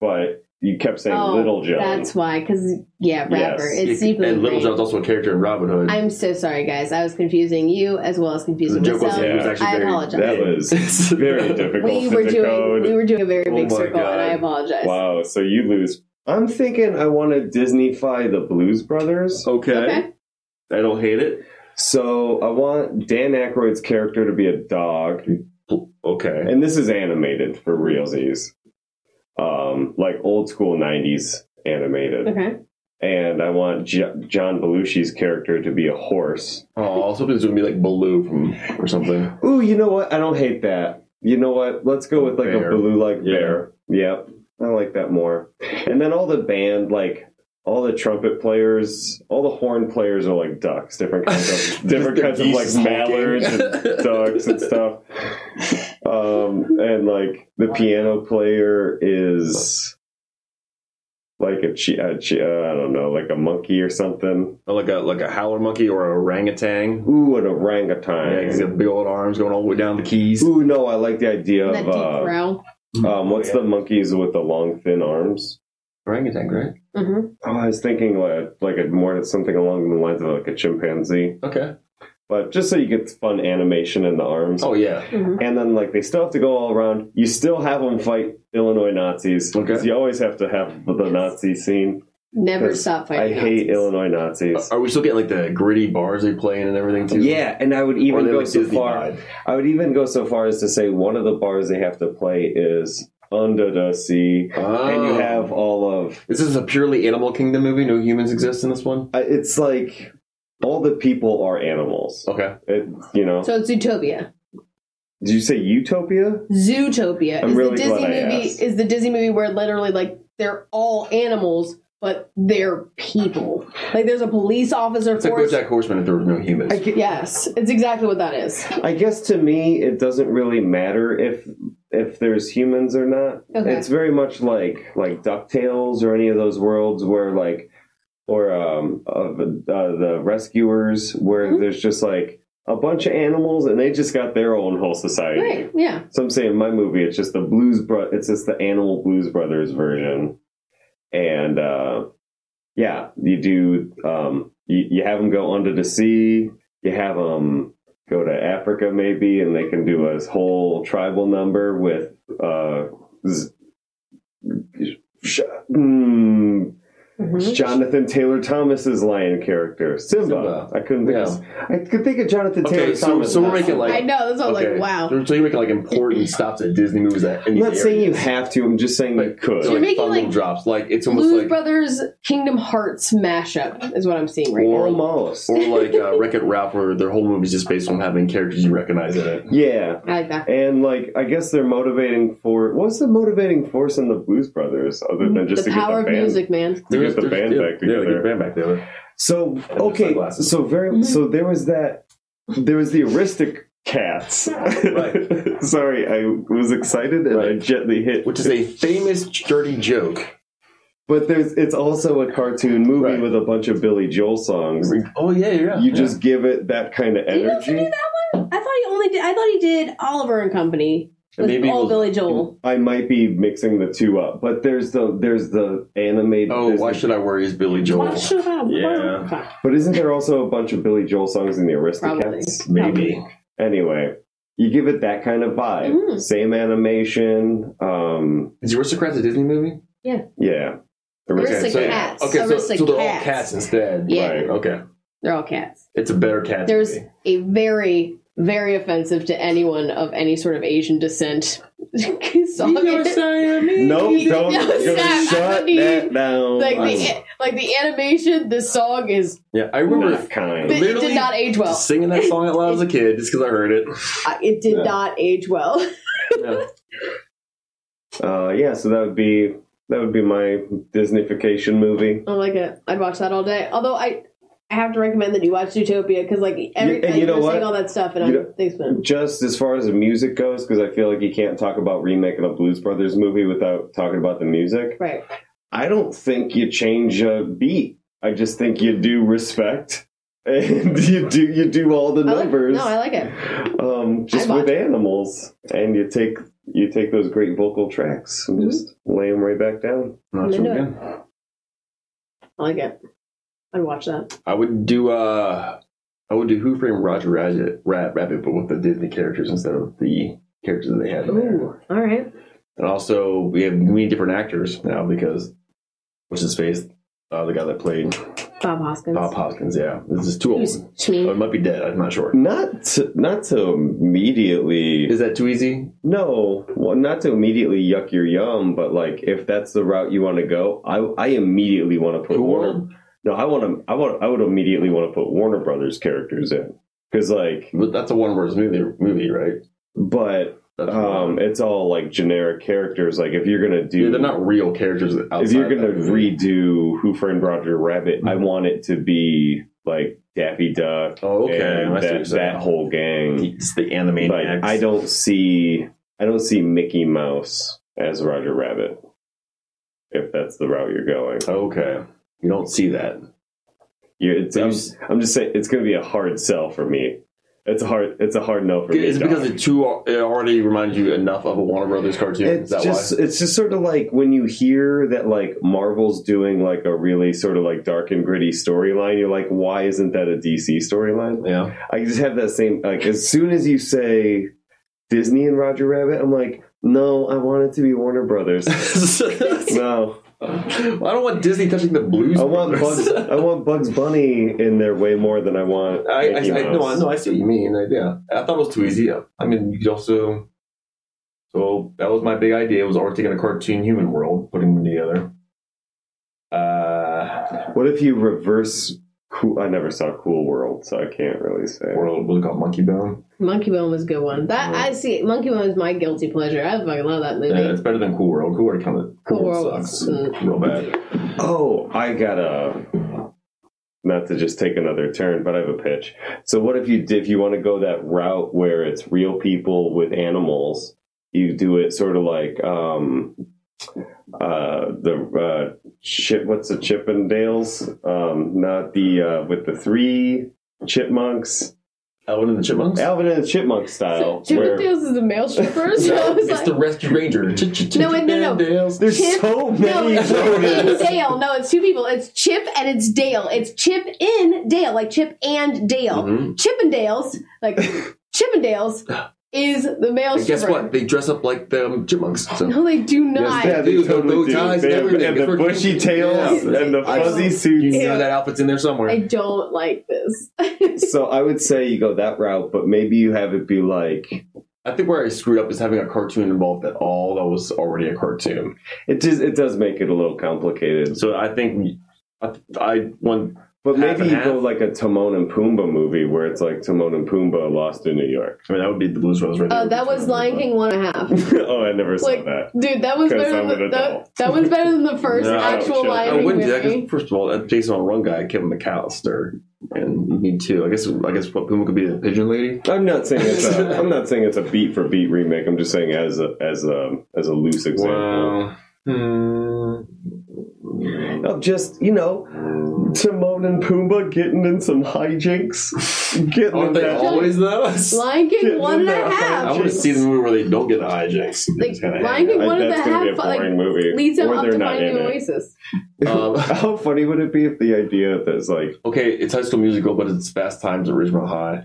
Speaker 1: but you kept saying
Speaker 3: Oh,
Speaker 1: Little John.
Speaker 3: That's why, because yeah, rapper.
Speaker 1: Yes.
Speaker 3: It's
Speaker 2: and
Speaker 3: deeply
Speaker 2: Little
Speaker 3: ingrained.
Speaker 2: John's also a character in Robin Hood.
Speaker 3: I'm so sorry, guys. I was confusing you as well as
Speaker 2: the
Speaker 3: confusing
Speaker 2: joke was,
Speaker 3: myself.
Speaker 2: he was
Speaker 1: Yeah.
Speaker 2: actually
Speaker 3: I
Speaker 2: very-
Speaker 3: apologize.
Speaker 1: That was
Speaker 2: *laughs*
Speaker 1: very difficult
Speaker 3: *laughs* we
Speaker 1: to
Speaker 3: were doing
Speaker 1: decode.
Speaker 3: we were doing a very
Speaker 2: Oh
Speaker 3: big
Speaker 2: my
Speaker 3: circle,
Speaker 2: God.
Speaker 3: and I apologize.
Speaker 1: wow, so you lose. I'm thinking I want to Disneyfy the Blues Brothers.
Speaker 2: okay.
Speaker 3: Okay.
Speaker 2: I don't hate it.
Speaker 1: So I want Dan Aykroyd's character to be a dog,
Speaker 2: Okay.
Speaker 1: and this is animated for realsies, um, like old school '90s animated.
Speaker 3: Okay.
Speaker 1: And I want J- John Belushi's character to be a horse.
Speaker 2: Oh, I was hoping it was going to be like Baloo from or something.
Speaker 1: Ooh, you know what? I don't hate that. You know what? Let's go with like
Speaker 2: Bear.
Speaker 1: a blue like
Speaker 2: Yeah.
Speaker 1: bear. Yep. I like that more. And then all the band, like all the trumpet players, all the horn players are like ducks, different kinds
Speaker 2: *laughs*
Speaker 1: of different
Speaker 2: They're
Speaker 1: kinds of like
Speaker 2: geese honking.
Speaker 1: mallards and ducks and stuff. Um and like the piano player is like a, chi- a chi- uh, I don't know, like a monkey or something.
Speaker 2: like a like a howler monkey or a orangutan.
Speaker 1: Ooh, an orangutan.
Speaker 2: Yeah, he's got big old arms going all the way down the keys.
Speaker 1: Ooh, no, I like the idea
Speaker 3: That
Speaker 1: of
Speaker 3: deep
Speaker 1: uh,
Speaker 3: growl.
Speaker 2: Mm-hmm.
Speaker 1: Um, what's the monkeys with the long, thin arms?
Speaker 2: Orangutan, right?
Speaker 3: hmm
Speaker 1: Oh, I was thinking like, like a, more something along the lines of like a chimpanzee,
Speaker 2: Okay.
Speaker 1: but just so you get fun animation in the arms.
Speaker 2: Oh yeah.
Speaker 3: hmm
Speaker 1: And then like they still have to go all around. You still have them fight Illinois Nazis because
Speaker 2: Okay.
Speaker 1: you always have to have the Nazi scene.
Speaker 3: Never
Speaker 1: 'Cause
Speaker 3: stop
Speaker 1: I
Speaker 3: fighting.
Speaker 1: hate
Speaker 3: Nazis.
Speaker 1: Illinois Nazis.
Speaker 2: Are we still getting like the gritty bars they play in and everything too?
Speaker 1: Uh, Yeah, and I would
Speaker 2: Or are
Speaker 1: even
Speaker 2: they
Speaker 1: go
Speaker 2: like
Speaker 1: so
Speaker 2: Disney
Speaker 1: far.
Speaker 2: vibe?
Speaker 1: I would even go so far as to say one of the bars they have to play is Under the Sea, and you
Speaker 2: Oh.
Speaker 1: have all of
Speaker 2: Is this a purely Animal Kingdom movie? No humans exist in this one.
Speaker 1: I- it's like all the people are animals.
Speaker 2: Okay.
Speaker 1: It, you know,
Speaker 3: So it's Zootopia.
Speaker 1: did you say utopia?
Speaker 3: Zootopia
Speaker 1: I'm
Speaker 3: is
Speaker 1: really
Speaker 3: the Disney
Speaker 1: glad I
Speaker 3: movie
Speaker 1: asked.
Speaker 3: is the Disney movie where literally like they're all animals, but they're people. Like there's a police officer
Speaker 2: It's like
Speaker 3: force.
Speaker 2: BoJack Horseman if there were no humans.
Speaker 1: I get-
Speaker 3: Yes, it's exactly what that is.
Speaker 1: I guess to me, it doesn't really matter if if there's humans or not.
Speaker 3: Okay.
Speaker 1: It's very much like like Ducktales or any of those worlds where like or um of uh, the rescuers where
Speaker 3: Mhm.
Speaker 1: there's just like a bunch of animals and they just got their own whole society.
Speaker 3: Right? Yeah.
Speaker 1: So I'm saying in my movie, it's just the blues, bro- it's just the animal blues brothers version. And, uh, yeah, you do, um, you, you have them go under the sea, you have them go to Africa maybe, and they can do a whole tribal number with, uh, z- sh- mm,
Speaker 3: Mhm.
Speaker 1: Jonathan Taylor Thomas's lion character, Simba.
Speaker 2: Simba.
Speaker 1: I couldn't think. Of, I could think of Jonathan
Speaker 2: Okay,
Speaker 1: Taylor
Speaker 2: so,
Speaker 1: Thomas.
Speaker 2: so we're
Speaker 1: now.
Speaker 2: making like
Speaker 3: I know. That's what I'm
Speaker 2: okay.
Speaker 3: like. Wow.
Speaker 2: So you're making
Speaker 3: *laughs*
Speaker 2: like important stops at Disney movies that in
Speaker 1: I'm
Speaker 2: these
Speaker 1: not saying you
Speaker 2: areas.
Speaker 1: have to. I'm just saying you
Speaker 2: Like,
Speaker 1: could.
Speaker 2: so,
Speaker 3: You're
Speaker 2: like,
Speaker 3: making,
Speaker 2: fun little
Speaker 3: like,
Speaker 2: drops. Like it's almost
Speaker 3: Blues
Speaker 2: like
Speaker 3: Brothers Kingdom Hearts mashup is what I'm seeing right now.
Speaker 1: Almost.
Speaker 2: or like uh, Wreck It Ralph, where their whole movie's just based on having characters you recognize in it.
Speaker 1: Yeah.
Speaker 3: I like that.
Speaker 1: And like I guess their motivating for what's the motivating force in the Blues Brothers other than just
Speaker 3: the
Speaker 1: to get
Speaker 3: power
Speaker 1: the
Speaker 3: of
Speaker 1: band?
Speaker 3: music, man.
Speaker 1: To get the
Speaker 2: There's-
Speaker 1: band
Speaker 2: there's-
Speaker 1: back
Speaker 2: yeah, Yeah,
Speaker 1: together.
Speaker 2: get the band back together.
Speaker 1: So
Speaker 2: the
Speaker 1: okay,
Speaker 2: sunglasses. Mm-hmm.
Speaker 1: so very
Speaker 3: Mhm.
Speaker 1: so there was that there was the Aristocats. *laughs*
Speaker 2: Right.
Speaker 1: Sorry, I was excited and I
Speaker 2: Right.
Speaker 1: gently hit.
Speaker 2: Which is a famous dirty joke.
Speaker 1: But there's it's also a cartoon movie
Speaker 2: Right.
Speaker 1: with a bunch of Billy Joel songs.
Speaker 2: Oh yeah, yeah.
Speaker 1: You
Speaker 2: yeah.
Speaker 1: just give it that kind of
Speaker 3: Did he also
Speaker 1: energy.
Speaker 3: do that one? I thought he only did. I thought he did Oliver and Company with
Speaker 2: Maybe
Speaker 3: all
Speaker 2: we'll-
Speaker 3: Billy Joel.
Speaker 1: I might be mixing the two up, but there's the there's the animated.
Speaker 2: Oh,
Speaker 1: there's
Speaker 2: why
Speaker 1: the-
Speaker 2: should I worry? Is Billy Joel?
Speaker 3: Why should I
Speaker 2: Yeah.
Speaker 3: work?
Speaker 1: But isn't there also a bunch of Billy Joel songs in the
Speaker 3: Probably.
Speaker 1: Aristocats?
Speaker 2: Maybe.
Speaker 1: Anyway, you give it that kind of vibe.
Speaker 3: Mhm.
Speaker 1: Same animation. Um,
Speaker 2: Is the Aristocrats a Disney movie?
Speaker 1: yeah.
Speaker 3: Aristocats.
Speaker 1: Aristocats.
Speaker 2: so,
Speaker 3: cats.
Speaker 2: Okay, so, so they're all
Speaker 3: Aristocats.
Speaker 2: cats instead.
Speaker 3: Yeah.
Speaker 2: Right. Okay.
Speaker 3: They're all cats.
Speaker 2: It's a better cat.
Speaker 3: There's
Speaker 2: movie.
Speaker 3: a very, very offensive to anyone of any sort of Asian descent *laughs* song.
Speaker 1: Nope, don't.
Speaker 3: No,
Speaker 1: you're gonna
Speaker 3: stop.
Speaker 1: shut
Speaker 3: I need-
Speaker 1: that down.
Speaker 3: *laughs* like
Speaker 1: That's
Speaker 3: the like the animation, the song is
Speaker 2: Yeah, I remember
Speaker 1: not kind.
Speaker 3: it did
Speaker 2: Literally
Speaker 3: not age well.
Speaker 2: singing that song out loud as a kid just because I heard
Speaker 3: *laughs*
Speaker 2: it.
Speaker 3: Uh, It did
Speaker 1: Yeah.
Speaker 3: not age well. *laughs*
Speaker 2: Yeah.
Speaker 1: Uh, yeah, so that would be that would be my Disneyfication movie.
Speaker 3: I like it. I'd watch that all day. Although I, I have to recommend that you watch Zootopia because like every
Speaker 1: and
Speaker 3: time
Speaker 1: you know
Speaker 3: you're
Speaker 1: what?
Speaker 3: saying all that stuff, and
Speaker 1: You
Speaker 3: I'm thanks man.
Speaker 1: Just as far as the music goes, because I feel like you can't talk about remaking a Blues Brothers movie without talking about the music.
Speaker 3: Right.
Speaker 1: I don't think you change a beat. I just think you do respect *laughs* and you do you do all the
Speaker 3: I like,
Speaker 1: numbers
Speaker 3: no, I like it.
Speaker 1: um, just
Speaker 3: I
Speaker 1: with
Speaker 3: bought
Speaker 1: animals, and you take you take those great vocal tracks
Speaker 3: Mm-hmm.
Speaker 1: and just lay them right back down.
Speaker 2: Not so
Speaker 3: into it.
Speaker 2: good.
Speaker 3: I like it. I'd watch that.
Speaker 2: I would do uh I would do Who Framed Roger Rabbit, Rat, Rabbit, but with the Disney characters instead of the characters that they had in there.
Speaker 3: Ooh, all right.
Speaker 2: And also we have many different actors now because what's his face? Uh, the guy that played
Speaker 3: Bob Hoskins.
Speaker 2: Bob Hoskins, yeah. This is too
Speaker 3: Who's
Speaker 2: old.
Speaker 3: Shmi?
Speaker 2: Oh, it might be dead, I'm not sure.
Speaker 1: Not to, not to immediately
Speaker 2: Is that too easy?
Speaker 1: no, well, not to immediately yuck your yum, but like if that's the route you want to go, I I immediately want to put
Speaker 2: Who
Speaker 1: Warner.
Speaker 2: won?
Speaker 1: No, I want to. I want. I would immediately want to put Warner Brothers characters in because like,
Speaker 2: But that's a one words movie movie, right?
Speaker 1: but
Speaker 2: That's
Speaker 1: um, it's all like generic characters. Like if you're gonna do,
Speaker 2: yeah, they're not real characters outside.
Speaker 1: if you're gonna
Speaker 2: that movie. Mm-hmm.
Speaker 1: redo Who Framed Roger Rabbit, I want it to be like Daffy Duck
Speaker 2: Oh, okay.
Speaker 1: and
Speaker 2: I see what you're
Speaker 1: that,
Speaker 2: saying.
Speaker 1: that whole gang.
Speaker 2: It's the anime.
Speaker 1: Like I don't see, I don't see Mickey Mouse as Roger Rabbit. If that's the route you're going,
Speaker 2: Okay. You don't see that.
Speaker 1: you're, it's,
Speaker 2: You
Speaker 1: I'm,
Speaker 2: s-
Speaker 1: I'm just saying it's gonna be a hard sell for me. It's a hard, it's a hard no for me.
Speaker 2: It's
Speaker 1: dog.
Speaker 2: because the two are, it already reminds you enough of a Warner Brothers cartoon.
Speaker 1: It's
Speaker 2: Is that
Speaker 1: just
Speaker 2: why?
Speaker 1: it's just sort of like when you hear that like Marvel's doing like a really sort of like dark and gritty storyline, you're like, why isn't that a DC storyline?
Speaker 2: Yeah.
Speaker 1: I just have that same like as soon as you say Disney and Roger Rabbit, I'm like, no, I want it to be Warner
Speaker 2: *laughs*
Speaker 1: Brothers. no,
Speaker 2: I don't want Disney touching the blues.
Speaker 1: I want
Speaker 2: Brothers.
Speaker 1: Bugs. I want Bugs Bunny in there way more than I want.
Speaker 2: I, I, I,
Speaker 1: Mickey
Speaker 2: no, I,
Speaker 1: Mouse.
Speaker 2: no, I see what you mean. I, yeah, I thought it was too easy. I mean, you could also. So that was my big idea. Was already taking a cartoon human world, putting them together. Uh,
Speaker 1: What if you reverse Cool. I never saw Cool World, so I can't really say.
Speaker 2: World, what do you call it, Monkey Bone?
Speaker 3: Monkey Bone was a good one. That I see. Monkey Bone is my guilty pleasure. I fucking love that movie.
Speaker 2: Yeah,
Speaker 1: Uh,
Speaker 2: it's better than Cool World. Cool World kind of
Speaker 3: Cool
Speaker 2: Cool World
Speaker 3: World
Speaker 2: sucks
Speaker 3: sucks.
Speaker 2: real bad.
Speaker 1: Oh, I got a. Not to just take another turn, but I have a pitch. So, what if you did- if you want to go that route where it's real people with animals? You do it sort of like um, uh, the uh, chip. What's the Chippendales? Um, not the uh, with the three chipmunks,
Speaker 2: Alvin and the Chipmunks.
Speaker 1: Alvin and the Chipmunk style. where
Speaker 3: Chippendales is the male stripper. So I
Speaker 2: No,
Speaker 3: was
Speaker 2: it's
Speaker 3: like,
Speaker 2: the Rescue Ranger.
Speaker 3: No, wait, no, no.
Speaker 1: there's
Speaker 3: Chip-
Speaker 1: so
Speaker 3: no,
Speaker 1: many.
Speaker 3: it's Chip
Speaker 1: loaded.
Speaker 3: and Dale. No, it's two people. It's Chip and it's Dale. It's Chip in Dale, like Chip and Dale.
Speaker 1: Mm-hmm.
Speaker 2: Mhm.
Speaker 3: Chippendales,
Speaker 1: *laughs*
Speaker 3: like Chippendales, is the male
Speaker 2: And
Speaker 3: stripper.
Speaker 2: guess what? They dress up like the um, Chipmunks. So.
Speaker 3: No, they do not.
Speaker 1: Yeah, they
Speaker 2: Dude, the
Speaker 1: totally
Speaker 2: bow
Speaker 1: do.
Speaker 2: ties and
Speaker 1: They have-
Speaker 2: everything.
Speaker 1: and the
Speaker 2: It's
Speaker 1: bushy
Speaker 2: ridiculous.
Speaker 1: tails
Speaker 2: Yeah.
Speaker 1: and the
Speaker 2: I-
Speaker 1: fuzzy
Speaker 2: You
Speaker 1: suits.
Speaker 2: know that outfit's in there somewhere.
Speaker 3: I don't like
Speaker 1: *laughs*
Speaker 3: this.
Speaker 1: so I would say you go that route, but maybe you have it be like
Speaker 2: I think where I screwed up is having a cartoon involved at all that was already a cartoon.
Speaker 1: it does. It does make it a little complicated,
Speaker 2: So I think I, I want
Speaker 1: but
Speaker 2: Half
Speaker 1: maybe
Speaker 2: and
Speaker 1: you
Speaker 2: half.
Speaker 1: go like a Timon and Pumbaa movie where it's like Timon and Pumbaa lost in New York. *laughs*
Speaker 2: I mean, that would be the Blues Brothers right
Speaker 3: Uh,
Speaker 2: there.
Speaker 3: that was Lion King one and a half.
Speaker 1: oh, I never saw
Speaker 3: Like,
Speaker 1: that.
Speaker 3: Dude, that was
Speaker 1: 'Cause
Speaker 3: better
Speaker 1: I'm
Speaker 3: than
Speaker 1: an
Speaker 3: that,
Speaker 1: adult.
Speaker 3: that was better
Speaker 1: *laughs*
Speaker 3: than the first
Speaker 2: No,
Speaker 1: shut
Speaker 3: actual
Speaker 2: I
Speaker 1: up.
Speaker 3: Lion King
Speaker 2: Oh, wouldn't do that
Speaker 3: movie.
Speaker 2: because first of all, that Jason on one guy, Kevin McAllister, and you need two. I guess I guess what Puma could be the Pigeon Lady.
Speaker 1: I'm not saying it's *laughs* a. I'm not saying it's a beat for beat remake. I'm just saying as a as a as a loose example.
Speaker 2: Hmm.
Speaker 1: of just you know Timon and Pumbaa getting in some hijinks, getting in
Speaker 2: Aren't they
Speaker 1: that.
Speaker 2: always though?
Speaker 3: Lion
Speaker 1: Getting
Speaker 3: King one and a
Speaker 1: in there.
Speaker 2: I
Speaker 3: half.
Speaker 2: want to see the movie where they don't get the hijinks.
Speaker 3: Like
Speaker 2: It's kinda
Speaker 3: Lion King
Speaker 1: I-
Speaker 3: one and a
Speaker 1: that's gonna be a
Speaker 3: half like
Speaker 1: boring movie.
Speaker 3: leads him
Speaker 1: or
Speaker 3: up
Speaker 1: they're
Speaker 3: to
Speaker 1: not
Speaker 3: finding
Speaker 1: in it.
Speaker 3: Oasis.
Speaker 1: *laughs*
Speaker 2: Um, *laughs*
Speaker 1: How funny would it be if the idea that's like
Speaker 2: okay, it's High School Musical, but it's Fast Times at Ridgemont High.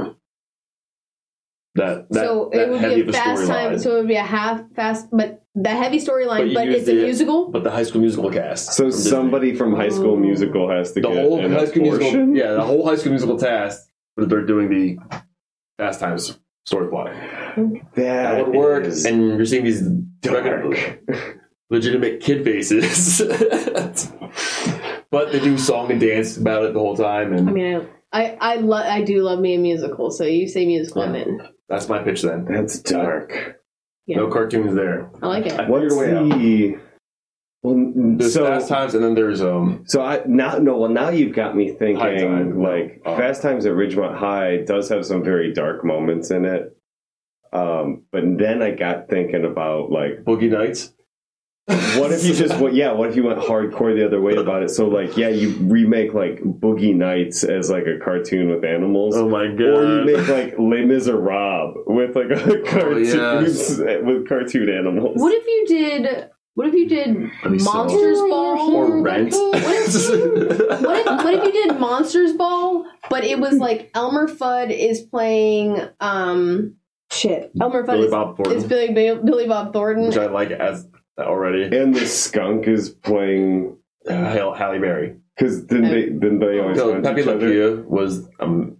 Speaker 2: That, that
Speaker 3: so
Speaker 2: that
Speaker 3: it would
Speaker 2: heavy
Speaker 3: be
Speaker 2: of
Speaker 3: a fast time.
Speaker 2: storyline.
Speaker 3: So it would be a half fast, but the heavy
Speaker 2: But
Speaker 3: storyline.
Speaker 2: you
Speaker 3: But,
Speaker 2: use
Speaker 3: it's a
Speaker 2: the-
Speaker 3: musical.
Speaker 2: but the High School Musical cast.
Speaker 1: so
Speaker 2: from Disney.
Speaker 1: somebody from High School
Speaker 3: Oh.
Speaker 1: Musical has to
Speaker 2: the
Speaker 1: get
Speaker 2: whole
Speaker 1: an
Speaker 2: High School
Speaker 1: abortion?
Speaker 2: Musical, yeah, the whole High School Musical cast, but they're doing the Fast Times story plot. That,
Speaker 1: that
Speaker 2: would work,
Speaker 1: is-
Speaker 2: and you're seeing these
Speaker 1: dark.
Speaker 2: legitimate kid faces, *laughs* but they do song and dance about it the whole time, and
Speaker 3: I mean, I I I, lo- I do love me a musical. So you say musical, I'm
Speaker 2: Yeah.
Speaker 3: in.
Speaker 2: that's my pitch. Then
Speaker 1: That's dark.
Speaker 3: Yeah.
Speaker 2: no cartoons there.
Speaker 3: I like it.
Speaker 2: I
Speaker 1: What's
Speaker 2: figured a way out.
Speaker 1: the? Well, n-
Speaker 2: There's
Speaker 1: so
Speaker 2: Fast Times, and then there's um.
Speaker 1: So I now no well now you've got me thinking
Speaker 2: High Time.
Speaker 1: like
Speaker 2: Oh.
Speaker 1: Fast Times at Ridgemont High does have some very dark moments in it. Um, but then I got thinking about like
Speaker 2: Boogie *laughs* Nights.
Speaker 1: what
Speaker 2: *laughs*
Speaker 1: if you just what yeah what if you went hardcore the other way about it? So like yeah you remake like Boogie Nights as like a cartoon with animals.
Speaker 2: Oh *laughs* my god!
Speaker 1: Or you make like Les Miserables with like a cartoon
Speaker 2: yes.
Speaker 1: with cartoon animals.
Speaker 3: What if you did? What if you did
Speaker 2: be so-
Speaker 3: Monsters Ball?
Speaker 2: or
Speaker 3: *laughs*
Speaker 2: Rent.
Speaker 3: What if, what if you did Monsters Ball, but it was like Elmer Fudd is playing um shit. Elmer Fudd
Speaker 2: Billy
Speaker 3: is,
Speaker 2: Bob
Speaker 3: is
Speaker 2: Thornton,
Speaker 3: Billy Billy Bob Thornton.
Speaker 2: which I like as already.
Speaker 1: and the skunk is playing
Speaker 2: Uh, Hail- Halle Berry.
Speaker 1: because then
Speaker 3: Oh.
Speaker 1: they then they always
Speaker 2: No,
Speaker 1: hunt
Speaker 2: Pepe
Speaker 1: each
Speaker 2: Le
Speaker 1: other.
Speaker 2: Pew was um.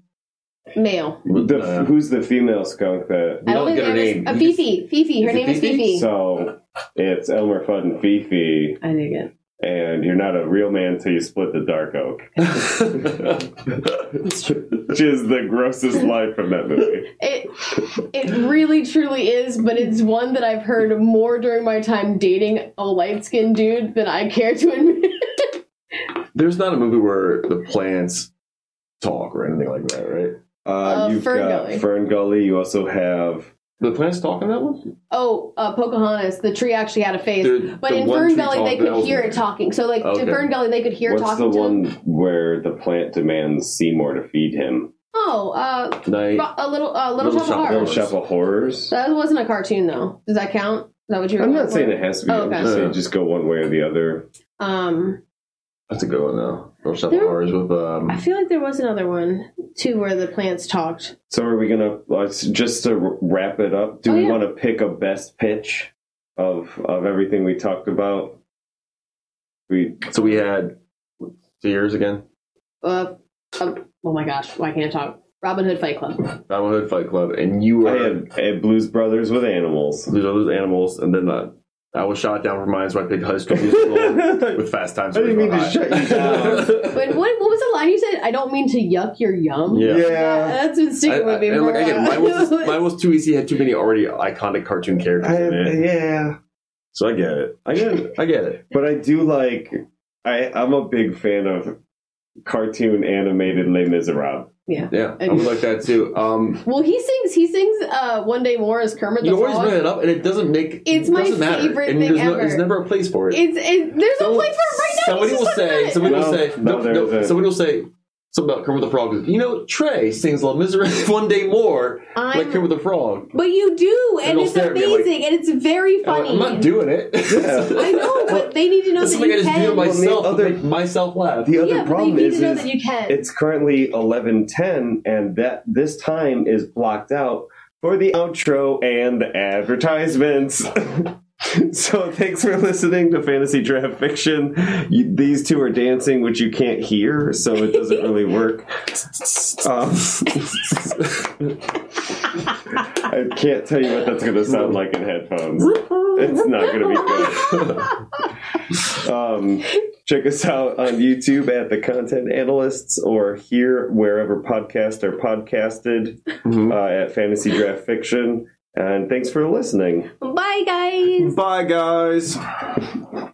Speaker 3: Male.
Speaker 1: The,
Speaker 2: uh,
Speaker 1: who's the female skunk that?
Speaker 2: We
Speaker 3: I
Speaker 2: don't
Speaker 3: think
Speaker 2: get her
Speaker 3: her
Speaker 2: name.
Speaker 3: Uh, Fifi. Fifi. Her
Speaker 2: Is it
Speaker 3: name is
Speaker 2: Fifi?
Speaker 3: Fifi.
Speaker 1: So it's Elmer Fudd and Fifi,
Speaker 3: I dig it.
Speaker 1: and you're not a real man till you split the dark oak,
Speaker 2: *laughs* it's true.
Speaker 1: which is the
Speaker 3: *laughs*
Speaker 1: grossest line from that movie.
Speaker 3: It it really truly is, but it's one that I've heard more during my time dating a light skinned dude than I care to admit.
Speaker 2: There's not a movie where the plants talk or anything like that, right?
Speaker 1: Uh,
Speaker 3: Uh,
Speaker 1: you've
Speaker 3: Fern
Speaker 1: got
Speaker 3: Gully.
Speaker 1: Fern Gully. You also have
Speaker 2: The plants talk in that one.
Speaker 3: Oh, uh, Pocahontas, the tree actually had a face.
Speaker 2: The-
Speaker 3: but
Speaker 2: the
Speaker 3: in
Speaker 2: one
Speaker 3: Fern
Speaker 2: tree
Speaker 3: Gully,
Speaker 2: talk,
Speaker 3: they
Speaker 2: that
Speaker 3: could
Speaker 2: was
Speaker 3: hear
Speaker 2: weird.
Speaker 3: it talking. So, like,
Speaker 2: Okay.
Speaker 3: in Fern Gully, they could hear it
Speaker 1: what's
Speaker 3: talking
Speaker 1: the
Speaker 3: to them.
Speaker 1: one where the plant demands Seymour to feed him?
Speaker 3: Oh, uh,
Speaker 2: Night.
Speaker 3: Ro- a little, uh, little, Shop of
Speaker 2: Little Shop-
Speaker 1: Little
Speaker 3: Horrors.
Speaker 2: Horrors.
Speaker 1: Shop of Horrors.
Speaker 3: That wasn't a cartoon, though. Does that count? Is that what you were
Speaker 1: I'm
Speaker 3: going
Speaker 1: not
Speaker 3: for?
Speaker 1: saying it has to be.
Speaker 3: Oh,
Speaker 1: I'm
Speaker 3: okay.
Speaker 1: just saying just go one way or the other.
Speaker 3: Um,
Speaker 2: That's a good one though. Little Shop of
Speaker 3: There-
Speaker 2: Horrors with
Speaker 3: Hmm? I
Speaker 2: um.
Speaker 3: feel like there was another one too where the plants talked.
Speaker 1: So are we gonna uh, just to wrap it up? Do
Speaker 3: Oh,
Speaker 1: we
Speaker 3: yeah.
Speaker 1: want to pick a best pitch of of everything we talked about? We
Speaker 2: So we had two years again.
Speaker 3: Uh, uh, oh my gosh, why can't I talk? Robin Hood Fight Club.
Speaker 2: Robin Hood Fight Club, and you
Speaker 1: I
Speaker 2: were
Speaker 1: had, I had Blues Brothers with animals. *laughs*
Speaker 2: these are those animals, and then uh, I was shot down from mines by big high
Speaker 1: *laughs*
Speaker 2: school musical with fast times.
Speaker 1: I didn't mean to
Speaker 2: High.
Speaker 1: shut you
Speaker 2: *laughs*
Speaker 1: down.
Speaker 3: But what, what was the line you said? I don't mean to yuck your yum.
Speaker 2: Yeah.
Speaker 1: yeah.
Speaker 3: That's been
Speaker 2: I,
Speaker 3: sticking
Speaker 2: I,
Speaker 3: with me.
Speaker 2: and
Speaker 3: for
Speaker 2: like
Speaker 3: a
Speaker 2: again,
Speaker 3: while.
Speaker 2: mine
Speaker 3: *laughs*
Speaker 2: was mine was too easy. Had too many already iconic cartoon characters
Speaker 1: I,
Speaker 2: in it,
Speaker 1: yeah.
Speaker 2: so I get it. I get it. I get it.
Speaker 1: But I do like, I, I'm a big fan of cartoon animated Les Miserables.
Speaker 3: yeah.
Speaker 2: Yeah,
Speaker 3: I
Speaker 2: I was
Speaker 3: do.
Speaker 2: like that too. Um,
Speaker 3: Well, he sings. He sings uh, "One Day More" as Kermit the
Speaker 2: you always
Speaker 3: Frog.
Speaker 2: bring it up, and it doesn't make.
Speaker 3: It's
Speaker 2: it
Speaker 3: my
Speaker 2: doesn't matter.
Speaker 3: favorite
Speaker 2: and
Speaker 3: thing
Speaker 2: there's No,
Speaker 3: ever.
Speaker 2: there's never a place for it.
Speaker 3: It's, it, there's no
Speaker 2: Someone-
Speaker 3: place for it right now.
Speaker 2: Somebody
Speaker 3: This
Speaker 2: will
Speaker 3: is what it
Speaker 2: say.
Speaker 3: is.
Speaker 2: Somebody
Speaker 1: No,
Speaker 2: will say.
Speaker 1: no,
Speaker 2: No,
Speaker 1: there
Speaker 2: no,
Speaker 1: isn't.
Speaker 2: Somebody will say. Something about Kermit the Frog. You know, Trey sings "La Miserable" *laughs* one day more,
Speaker 3: I'm-
Speaker 2: like Kermit the Frog.
Speaker 3: But you do, and
Speaker 2: they'll
Speaker 3: it's
Speaker 2: stare at me like-
Speaker 3: amazing, and it's very
Speaker 2: I'm like,
Speaker 3: funny.
Speaker 2: I'm not doing it. *laughs*
Speaker 3: I know, but they need to know
Speaker 2: That's
Speaker 3: that
Speaker 2: something I
Speaker 3: you
Speaker 2: just do
Speaker 3: can.
Speaker 2: to myself
Speaker 1: Well, the
Speaker 2: to
Speaker 1: other-
Speaker 2: make myself laugh.
Speaker 1: The other
Speaker 3: yeah, but they
Speaker 1: problem
Speaker 3: need
Speaker 1: is,
Speaker 3: to know
Speaker 1: is
Speaker 3: that you can.
Speaker 1: it's currently 11:10, and that this time is blocked out for the outro and the advertisements. *laughs* so thanks for listening to Fantasy Draft Fiction. You, these two are dancing, which you can't hear, so it doesn't really work. Um, *laughs* I can't tell you what that's going to sound like in headphones. It's not going to be good. *laughs* um, check us out on YouTube at The Content Analysts or here wherever podcasts are podcasted
Speaker 3: Mm-hmm.
Speaker 2: Mhm.
Speaker 1: uh, at Fantasy Draft Fiction. And thanks for listening.
Speaker 3: Bye, guys.
Speaker 1: Bye, guys.